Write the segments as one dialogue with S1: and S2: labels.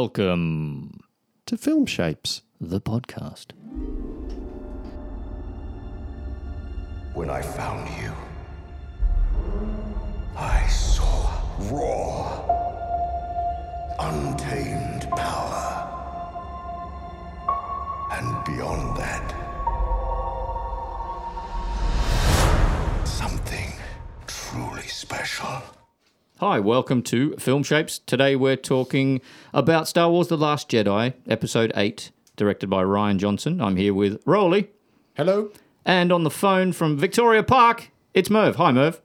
S1: Welcome
S2: to Film Shapes.
S1: the podcast.
S3: When I found you, I saw raw, untamed power. And beyond that, something truly special.
S1: Hi, welcome to Film Shapes. Today we're talking about Star Wars The Last Jedi, Episode 8, directed by Ryan Johnson. I'm here with Rowley.
S2: Hello.
S1: And on the phone from Victoria Park, it's Merv. Hi, Merv.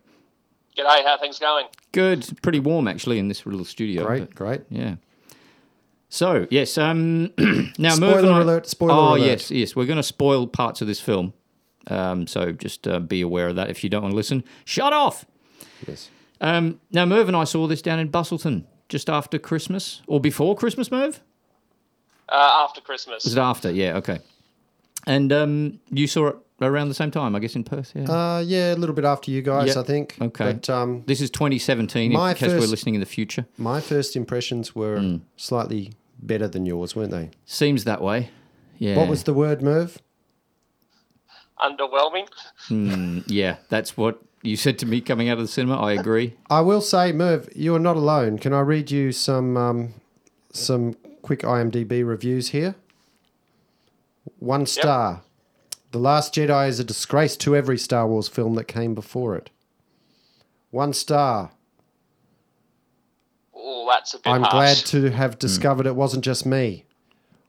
S4: G'day, how things going?
S1: Good. Pretty warm, actually, in this little studio.
S2: Great,
S1: but-
S2: great.
S1: Yeah. So, yes, um, now
S2: Spoiler
S1: Merv and I-
S2: alert, spoiler
S1: oh,
S2: alert.
S1: yes, yes. We're going to spoil parts of this film. Um, so just uh, be aware of that if you don't want to listen. Shut off.
S2: Yes.
S1: Um, now, Merv and I saw this down in Bustleton just after Christmas or before Christmas, Merv?
S4: Uh, after Christmas.
S1: Was it after? Yeah, okay. And um, you saw it around the same time, I guess, in Perth. Yeah.
S2: Uh, yeah, a little bit after you guys,
S1: Yeah.
S2: I think.
S1: Okay.
S2: But um,
S1: this is 2017, in
S2: my
S1: case we we're
S2: first-
S1: listening in the future.
S2: my first impressions were
S1: Hmm.
S2: slightly better than yours, weren't they?
S1: Seems that way. Yeah.
S2: What was the word, Merv?
S4: Underwhelming.
S1: Yeah, that's what you said to me coming out of the cinema. I agree.
S2: I will say, Merv, you are not alone. Can I read you some um, some quick IMDb reviews here? One star. The Last Jedi is a disgrace to every Star Wars film that came before it. One star.
S4: Oh, that's a bit
S2: I'm glad
S4: harsh.
S2: to
S1: Hmm.
S2: have discovered it wasn't just me.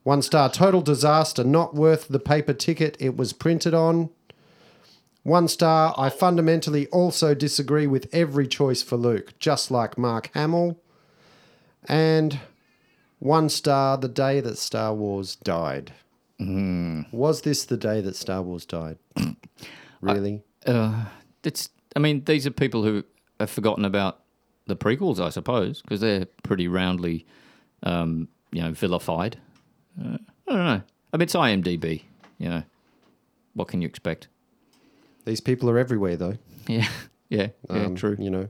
S2: One star, total disaster, not worth the paper ticket it was printed on. One star, I fundamentally also disagree with every choice for Luke, just like Mark Hamill. And one star, the day that Star Wars died.
S1: Hmm.
S2: Was this the day that Star Wars died? really?
S1: It's. I mean, these are people who have forgotten about the prequels, I suppose, because they're pretty roundly, um, you know, vilified. Uh, I don't know. I mean, it's IMDb. You know, what can you expect?
S2: These people are everywhere, though.
S1: Yeah, yeah, yeah.
S2: Um, uh,
S1: true.
S2: You know,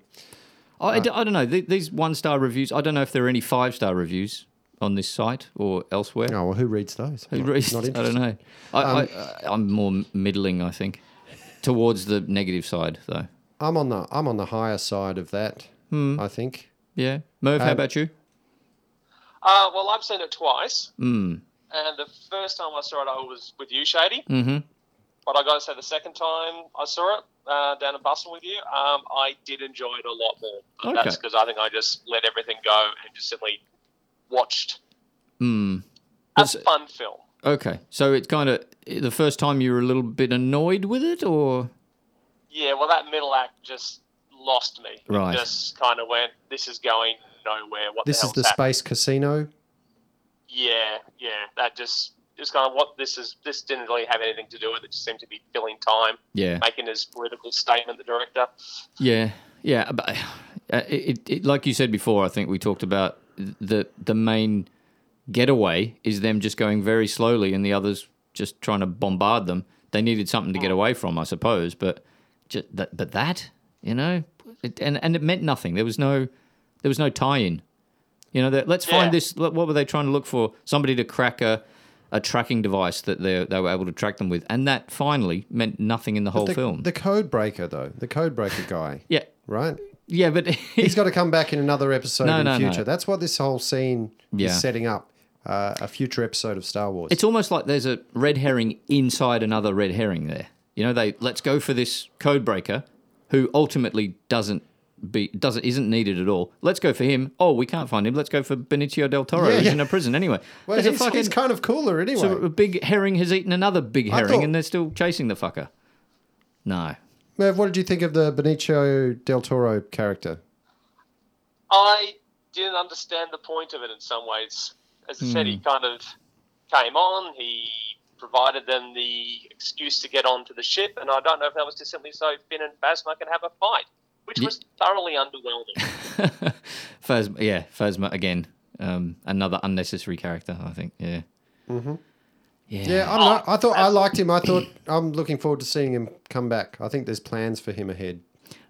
S1: I, don't know. Th- These one star reviews. I don't know if there are any five star reviews on this site or elsewhere.
S2: oh, well, who reads those?
S1: Who
S2: Not-
S1: raised-
S2: not
S1: I don't
S2: interested. Um,
S1: know. I, I, I'm more middling, I think, towards the negative side, though.
S2: I'm on the I'm on the higher side of that.
S1: Hmm.
S2: I think.
S1: Yeah, Merv, how about you?
S4: Uh, well, I've seen it twice.
S2: Hmm.
S4: And the first time I saw it, I was with you, Shady. Mm-hmm. But I got to say, the second time I saw it uh, down in Bustle with you, um, I did enjoy it a lot more. But
S1: Okay.
S4: That's because I think I just let everything go and just simply watched
S2: Hmm.
S4: a fun film.
S1: Okay, so it's kind of the first time you were a little bit annoyed with it, or
S4: Yeah, well, that middle act just lost me. It
S1: Right.
S4: just kind of went, this is going nowhere. What
S2: This
S4: the
S2: is the
S4: hell's happening?
S2: space casino.
S4: Yeah, yeah. That just just kind of what this is. This didn't really have anything to do with it. Just seemed to be filling time,
S1: yeah,
S4: making his political statement. The director.
S1: yeah, yeah. But uh, it, it, it, like you said before, I think we talked about the the main getaway is them just going very slowly, and the others just trying to bombard them. They needed something to get
S2: Mm.
S1: away from, I suppose, but just that, but that, you know, it, and and it meant nothing. There was no there was no tie-in. You know, that let's
S4: Yeah.
S1: find this. What what were they trying to look for? Somebody to crack a. A tracking device that they they were able to track them with, and that finally meant nothing in the whole
S2: The,
S1: film.
S2: the code breaker though. The code breaker guy.
S1: yeah,
S2: Right?
S1: yeah, but
S2: He's got to come back in another episode
S1: No,
S2: in
S1: no,
S2: the
S1: no.
S2: future. That's what this whole scene
S1: Yeah.
S2: is setting up. Uh, a future episode of Star Wars.
S1: it's almost like there's a red herring inside another red herring there. You know, they let's go for this code breaker who ultimately doesn't be doesn't isn't needed at all. Let's go for him. Oh, we can't find him. Let's go for Benicio del Toro.
S2: Yeah,
S1: who's
S2: yeah.
S1: in a prison anyway.
S2: well,
S1: There's a
S2: he's,
S1: fucking-
S2: he's kind of cooler anyway.
S1: so a big herring has eaten another big herring
S2: thought-
S1: and they're still chasing the fucker. No.
S2: Merv, what did you think of the Benicio del Toro character?
S4: I didn't understand the point of it in some ways. As I said, he kind of came on. He provided them the excuse to get onto the ship, and I don't know if that was just simply so Finn and Phasma could have a fight, which
S1: Ye-
S4: was thoroughly underwhelming.
S1: Phasma, yeah, Phasma again. Um, another unnecessary character, I think. Yeah. Mm-hmm. Yeah.
S2: Yeah, I don't know. I thought I liked him. I thought I'm looking forward to seeing him come back. I think there's plans for him ahead.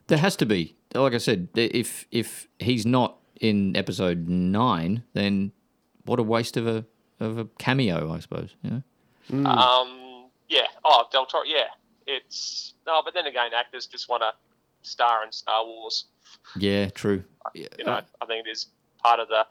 S1: There has to be. Like I said, if if he's not in episode nine, then what a waste of a of a cameo, I suppose. You know?
S4: Um, yeah. Oh, Del Toro. Yeah. It's no, but then again, actors just want to star in Star Wars.
S1: Yeah, true. Yeah,
S4: You know, I think it is part of the.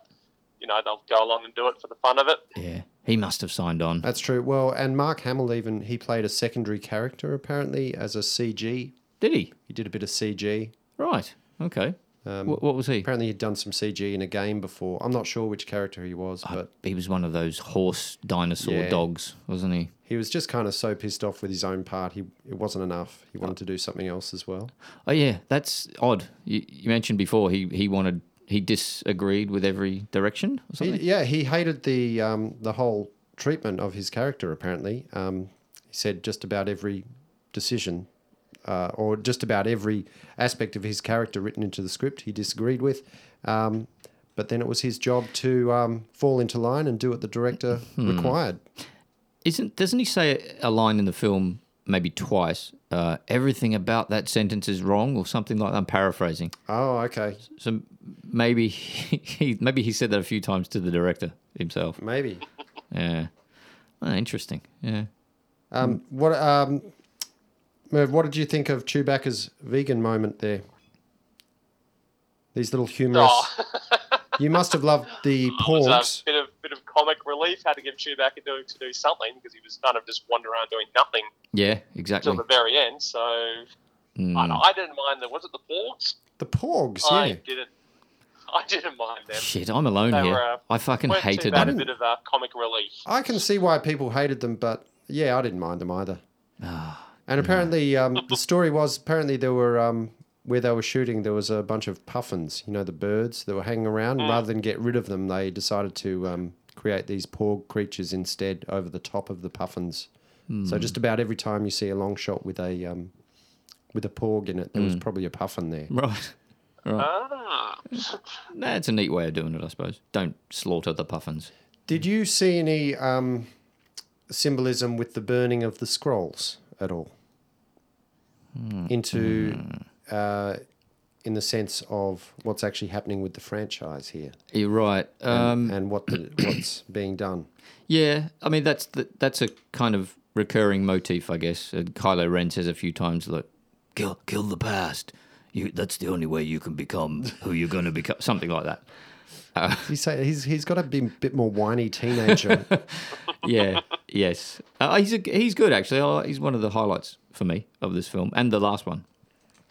S4: You know, they'll go along and do it for the fun of it.
S1: yeah, he must have signed on.
S2: That's true. Well, and Mark Hamill even he played a secondary character apparently as a CG.
S1: Did he?
S2: He did a bit of CG.
S1: Right. Okay. what, what was he?
S2: Apparently, he'd done some CG in a game before. I'm not sure which character he was, but
S1: He was one of those horse dinosaur
S2: Yeah.
S1: dogs, wasn't he?
S2: he was just kind of so pissed off with his own part. He it wasn't enough. He wanted to do something else as well.
S1: Oh yeah, that's odd. You, you mentioned before he he wanted he disagreed with every direction or
S2: He-
S1: something.
S2: yeah, he hated the um, the whole treatment of his character. Apparently, um, he said just about every decision, uh, or just about every aspect of his character written into the script, he disagreed with. Um, but then it was his job to um, fall into line and do what the director required.
S1: Isn't doesn't he say a line in the film maybe twice? Uh, Everything about that sentence is wrong, or something like. I'm paraphrasing.
S2: Oh, okay,
S1: So maybe he maybe he said that a few times to the director himself.
S2: maybe.
S1: Yeah. Ah, interesting. Yeah.
S2: Um, what um, Merv, what did you think of Chewbacca's vegan moment there? These little humorous.
S4: Oh,
S2: You must have loved the
S4: it
S2: porgs.
S4: was a bit of bit of comic relief. Had to give Chewbacca doing to do something because he was kind of just wandering around doing nothing
S1: Yeah.
S4: till
S1: Exactly.
S4: the very end. So
S1: Mm.
S4: I, I didn't mind the was it the Borgs?
S2: The porgs,
S4: I
S2: yeah.
S4: didn't. I didn't mind them.
S1: Shit, I'm alone
S4: They
S1: here.
S4: were, uh,
S1: I fucking
S4: Weren't too
S1: hated
S4: bad,
S1: them.
S4: A bit of uh, comic relief.
S2: I can see why people hated them, but yeah, I didn't mind them either. and apparently, um, the story was apparently there were um, where they were shooting, there was a bunch of puffins, you know, the birds that were hanging around. Rather than get rid of them, they decided to um, create these porg creatures instead over the top of the puffins. So just about every time you see a long shot with a um, with a porg in it, there was probably a puffin there.
S1: Right.
S4: Ah,
S1: Nah, it's a neat way of doing it, I suppose. Don't slaughter the puffins.
S2: Did you see any um, symbolism with the burning of the scrolls at all? Hmm. Into, uh, in the sense of what's actually happening with the franchise here
S1: You're right. Um,
S2: and what the, what's being done.
S1: yeah, I mean that's the, that's a kind of recurring motif, I guess. And Kylo Ren says a few times, "Look, kill kill the past. You, that's the only way you can become who you're going to become." Something like that.
S2: He say he's he's got to be a bit more whiny teenager.
S1: yeah, yes. Uh, he's a, he's good actually. I like- he's one of the highlights for me of this film and the last one.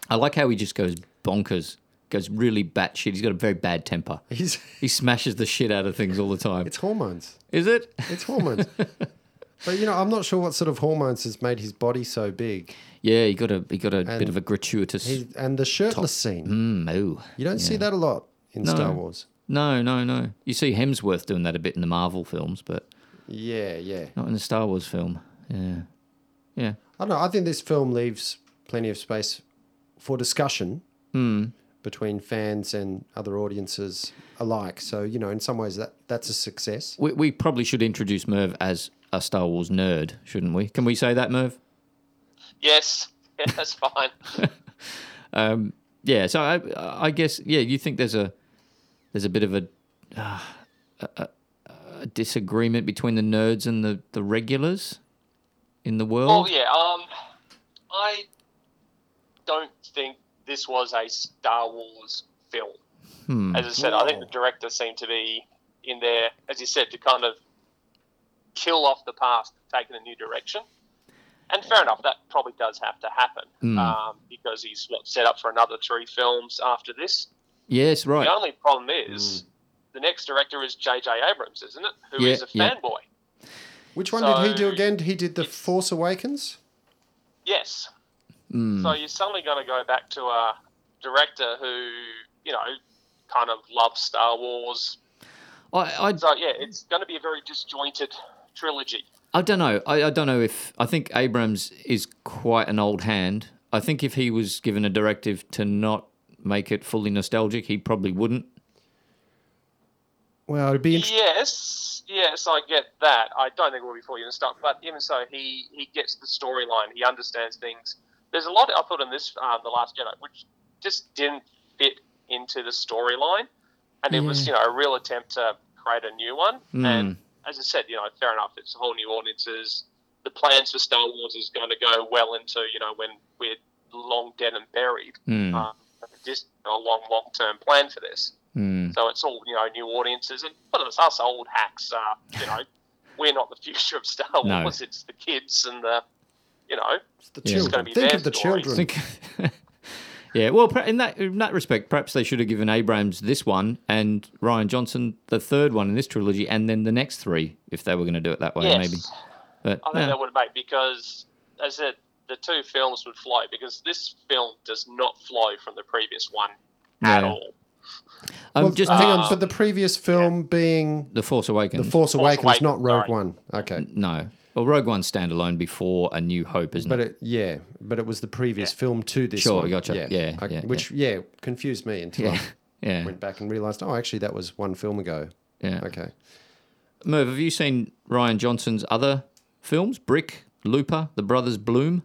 S1: I like how he just goes bonkers, goes really batshit. He's got a very bad temper.
S2: he's
S1: He smashes the shit out of things all the time.
S2: it's hormones.
S1: Is it?
S2: It's hormones. but you know, I'm not sure what sort of hormones has made his body so big.
S1: Yeah, he got a he got a bit of a gratuitous.
S2: He, and the shirtless scene,
S1: Mm, oh.
S2: you don't see that a lot in Star Wars.
S1: No, no, no. You see Hemsworth doing that a bit in the Marvel films, but
S2: Yeah, yeah.
S1: not in the Star Wars film. Yeah, yeah.
S2: I don't know. I think this film leaves plenty of space for discussion
S1: Hmm.
S2: between fans and other audiences alike. So you know, in some ways, that that's a success.
S1: We we probably should introduce Merv as a Star Wars nerd, shouldn't we? Can we say that, Merv?
S4: yes, yeah, that's fine.
S1: Yeah, so I, I guess yeah, you think there's a there's a bit of a, uh, a, a, a disagreement between the nerds and the, the regulars in the world.
S4: Well, yeah. Um, I don't think this was a Star Wars film.
S1: Hmm.
S4: As I said, I think the director seemed to be in there, as you said, to kind of kill off the past, take in a new direction. And fair enough, that probably does have to happen
S1: Hmm.
S4: um, because he's what, set up for another three films after this.
S1: Yes, right. Hmm.
S4: The only problem is the next director is J.J. Abrams, isn't it? Who
S1: Yeah,
S4: is a
S1: yeah.
S4: fanboy.
S2: Which one did he do
S4: So-
S2: again? He did the Force Awakens.
S4: Yes. So you're suddenly going to go back to a director who, you know, kind of loves Star Wars.
S1: I, I
S4: So yeah, it's going to be a very disjointed trilogy.
S1: I don't know. I, I don't know if I think Abrams is quite an old hand. I think if he was given a directive to not make it fully nostalgic, he probably wouldn't.
S2: Well, it'd be interesting.
S4: Yes, yes, I get that. I don't think it will be fully in stock, but even so, he he gets the storyline. He understands things. There's a lot I thought in this um, the Last Jedi, which just didn't fit into the storyline, and it was you know a real attempt to create a new one. And as I said, you know, fair enough, it's whole new audiences. The plans for Star Wars is going to go well into, you know, when we're long dead and buried.
S1: Mm.
S4: Um, just a long, long term plan for this.
S1: Mm.
S4: So it's all, you know, new audiences. And but it's us old hacks, uh, you know, we're not the future of Star Wars.
S1: No.
S4: It's the kids and the, you know,
S2: It's the
S1: Yeah. It's
S2: children.
S4: gonna be
S2: Think
S4: their
S2: of the
S4: story.
S2: children.
S1: Think- yeah, well, per- in that in that respect, perhaps they should have given Abrams this one and Ryan Johnson the third one in this trilogy, and then the next three if they were going to do it that way,
S4: yes.
S1: maybe. But
S4: I think
S1: no.
S4: that would have made because, as I said, the two films would flow because this film does not flow from the previous one at
S1: Yeah.
S4: all.
S1: I'm
S2: well,
S1: just
S2: hang
S1: thinking
S2: on, but the previous film being
S1: the Force Awakens.
S2: The Force Awakens,
S4: Mm-hmm. Awakens,
S2: not Rogue
S4: sorry.
S2: One. Okay.
S1: no, well, Rogue One's standalone before A New Hope, isn't
S2: But
S1: it?
S2: it, yeah, but it was the previous film to this
S1: Sure,
S2: one.
S1: gotcha. Yeah,
S2: Okay,
S1: yeah,
S2: Which, yeah, confused me until
S1: Yeah, yeah,
S2: I went back and realised, oh, actually, that was one film ago.
S1: yeah.
S2: Okay.
S1: Merv, have you seen Ryan Johnson's other films? Brick, Looper, The Brothers Bloom.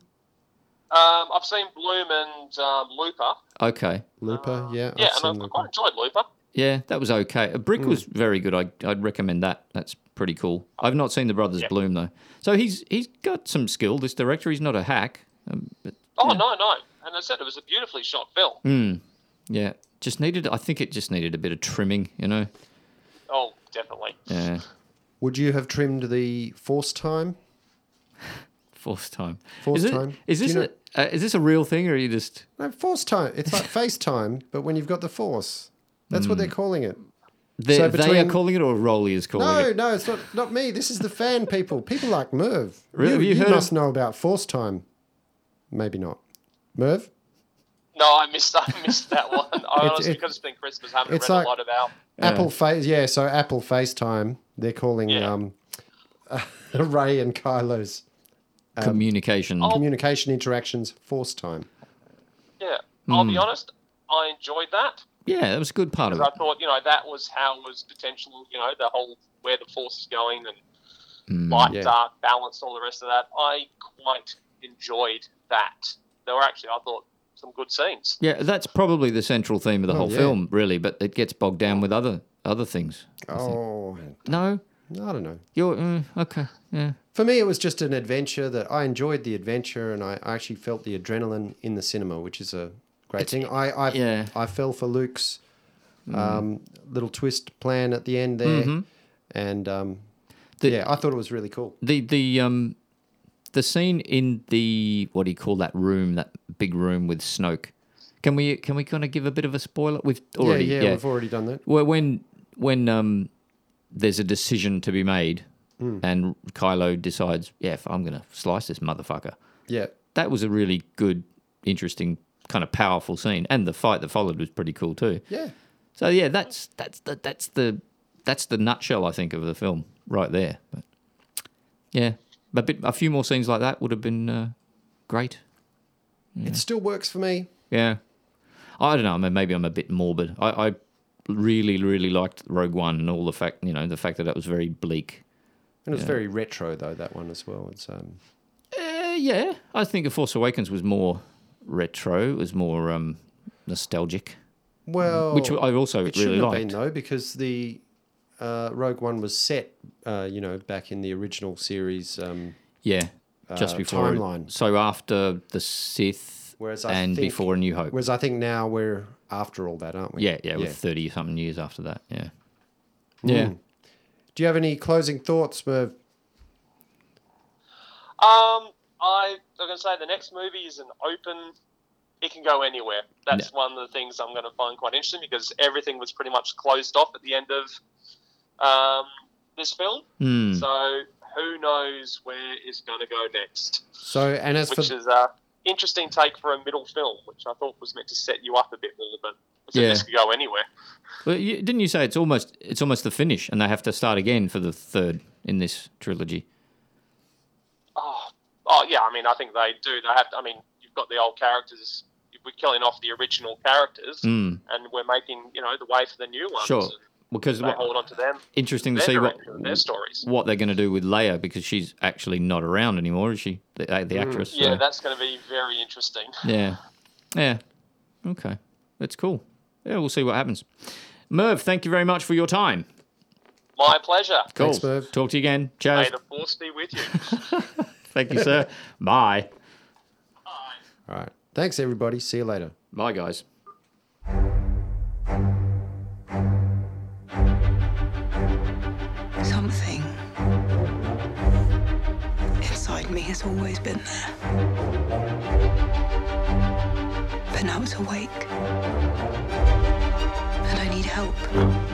S4: Um, I've seen Bloom and um, Looper.
S1: Okay,
S2: Looper, yeah.
S4: Uh, Yeah,
S2: I've
S4: and
S2: seen
S4: I, I
S2: Looper.
S4: quite enjoyed Looper.
S1: Yeah, that was okay. A brick was very good. I, I'd recommend that. That's pretty cool. I've not seen the Brothers Bloom though, so he's he's got some skill. This director, he's not a hack. Um, but
S4: Oh, no, no. And I said it was a beautifully shot film.
S1: Mm. yeah, just needed. I think it just needed a bit of trimming. You know.
S4: Oh, definitely.
S1: Yeah.
S2: Would you have trimmed the Force time?
S1: Fourth time.
S2: Fourth
S1: is it,
S2: time.
S1: Is
S2: Do
S1: this
S2: you
S1: a, uh, is this a real thing or are you just?
S2: No, Force time. It's like FaceTime, but when you've got the Force. That's what they're calling it.
S1: Hmm. They,
S2: So
S1: they are
S2: between-
S1: calling it or Rolly is calling
S2: No,
S1: it.
S2: no, it's not, not me. This is the fan people. People like Merv.
S1: Really? Have you
S2: You, you
S1: heard of-
S2: must know about Force time. Maybe not. Merv?
S4: No, I missed I missed that one. I
S2: It-
S4: honestly,
S2: it-
S4: because it's been Christmas, haven't read
S2: it's like-
S4: a lot about.
S1: Uh.
S2: Apple Face, yeah. So Apple FaceTime, they're calling
S4: Yeah.
S2: um, Ray and Kylo's Um,
S1: Communication.
S2: Oh.
S4: Oh.
S2: communication interactions force time.
S4: Yeah, I'll
S2: Hmm.
S4: be honest, I enjoyed that.
S1: Yeah, that was a good part of it.
S4: I thought, you know, that was how it was potential, you know, the whole where the force is going and light,
S2: Hmm, yeah.
S4: dark, balance, all the rest of that. I quite enjoyed that. There were actually, I thought, some good scenes.
S1: Yeah, that's probably the central theme of the whole
S2: yeah.
S1: film, really. But it gets bogged down with other other things.
S2: Oh,
S1: No,
S2: I don't know.
S1: you're mm, okay. Yeah.
S2: For me, it was just an adventure that I enjoyed the adventure, and I actually felt the adrenaline in the cinema, which is a great thing. I I,
S1: yeah. Mm.
S2: I fell for Luke's um, little twist plan at the end there, and um,
S1: Mm-hmm. The-
S2: yeah, I thought it was really cool.
S1: the the um the scene in the what do you call that room that big room with Snoke can we can we kind of give a bit of a spoiler we've already
S2: yeah,
S1: yeah,
S2: yeah, we've already done that.
S1: well when when um there's a decision to be made and Kylo decides yeah if I'm gonna slice this motherfucker
S2: Yeah,
S1: that was a really good interesting kind of powerful scene and the fight that followed was pretty cool too
S2: yeah.
S1: so yeah that's that's the that's the that's the nutshell I think of the film right there but yeah a bit a few more scenes like that would have been uh, great
S2: It still works for me.
S1: yeah I don't know I mean, maybe I'm a bit morbid I, I really really liked Rogue One and all the fact you know the fact that that was very bleak
S2: And it was very retro though that one as well. It's um,
S1: uh, yeah I think The Force Awakens was more retro it was more um nostalgic
S2: well,
S1: which I also
S2: it
S1: really
S2: shouldn't have been
S1: liked
S2: though because the uh, Rogue One was set, uh, you know, back in the original series. Um,
S1: yeah just
S2: uh,
S1: before
S2: timeline.
S1: so after the Sith
S2: Whereas I
S1: and
S2: think-
S1: before A New Hope
S2: whereas I think now we're after all that, aren't we?
S1: Yeah, yeah, with thirty something years after that. Yeah, yeah.
S2: Do you have any closing thoughts, Merv?
S4: Um, I, I'm going to say the next movie is an open, it can go anywhere. That's one of the things I'm going to find quite interesting because everything was pretty much closed off at the end of um, this film.
S1: Hmm.
S4: So who knows where it's going to go next?
S2: So, and as for
S4: which is a interesting take for a middle film, which I thought was meant to set you up a bit more, but I said
S1: Yeah.
S4: this could go anywhere.
S1: Well, you, didn't you say it's almost it's almost the finish, and they have to start again for the third in this trilogy?
S4: Oh, oh yeah, I mean, I think they do. They have. To, I mean, you've got the old characters. We're killing off the original characters,
S1: Mm.
S4: and we're making you know the way for the new ones.
S1: Sure,
S4: and
S1: because
S4: They hold on to them.
S1: interesting to
S4: Their,
S1: see what Hmm.
S4: direction, their stories.
S1: what they're going to do with Leia because she's actually not around anymore, is she? The, uh, the actress.
S4: Yeah,
S1: so-
S4: that's going to be very interesting.
S1: yeah, yeah. Okay, that's cool. Yeah, we'll see what happens. Merv, thank you very much for your time.
S4: My pleasure.
S1: Cool.
S2: Thanks, Merv.
S1: Talk to you again. Cheers.
S4: May the force be with you.
S1: Thank you, sir. Bye.
S2: All right. Thanks, everybody. See you later.
S1: Bye, guys.
S5: Something inside me has always been there. But now it's awake. And I need help.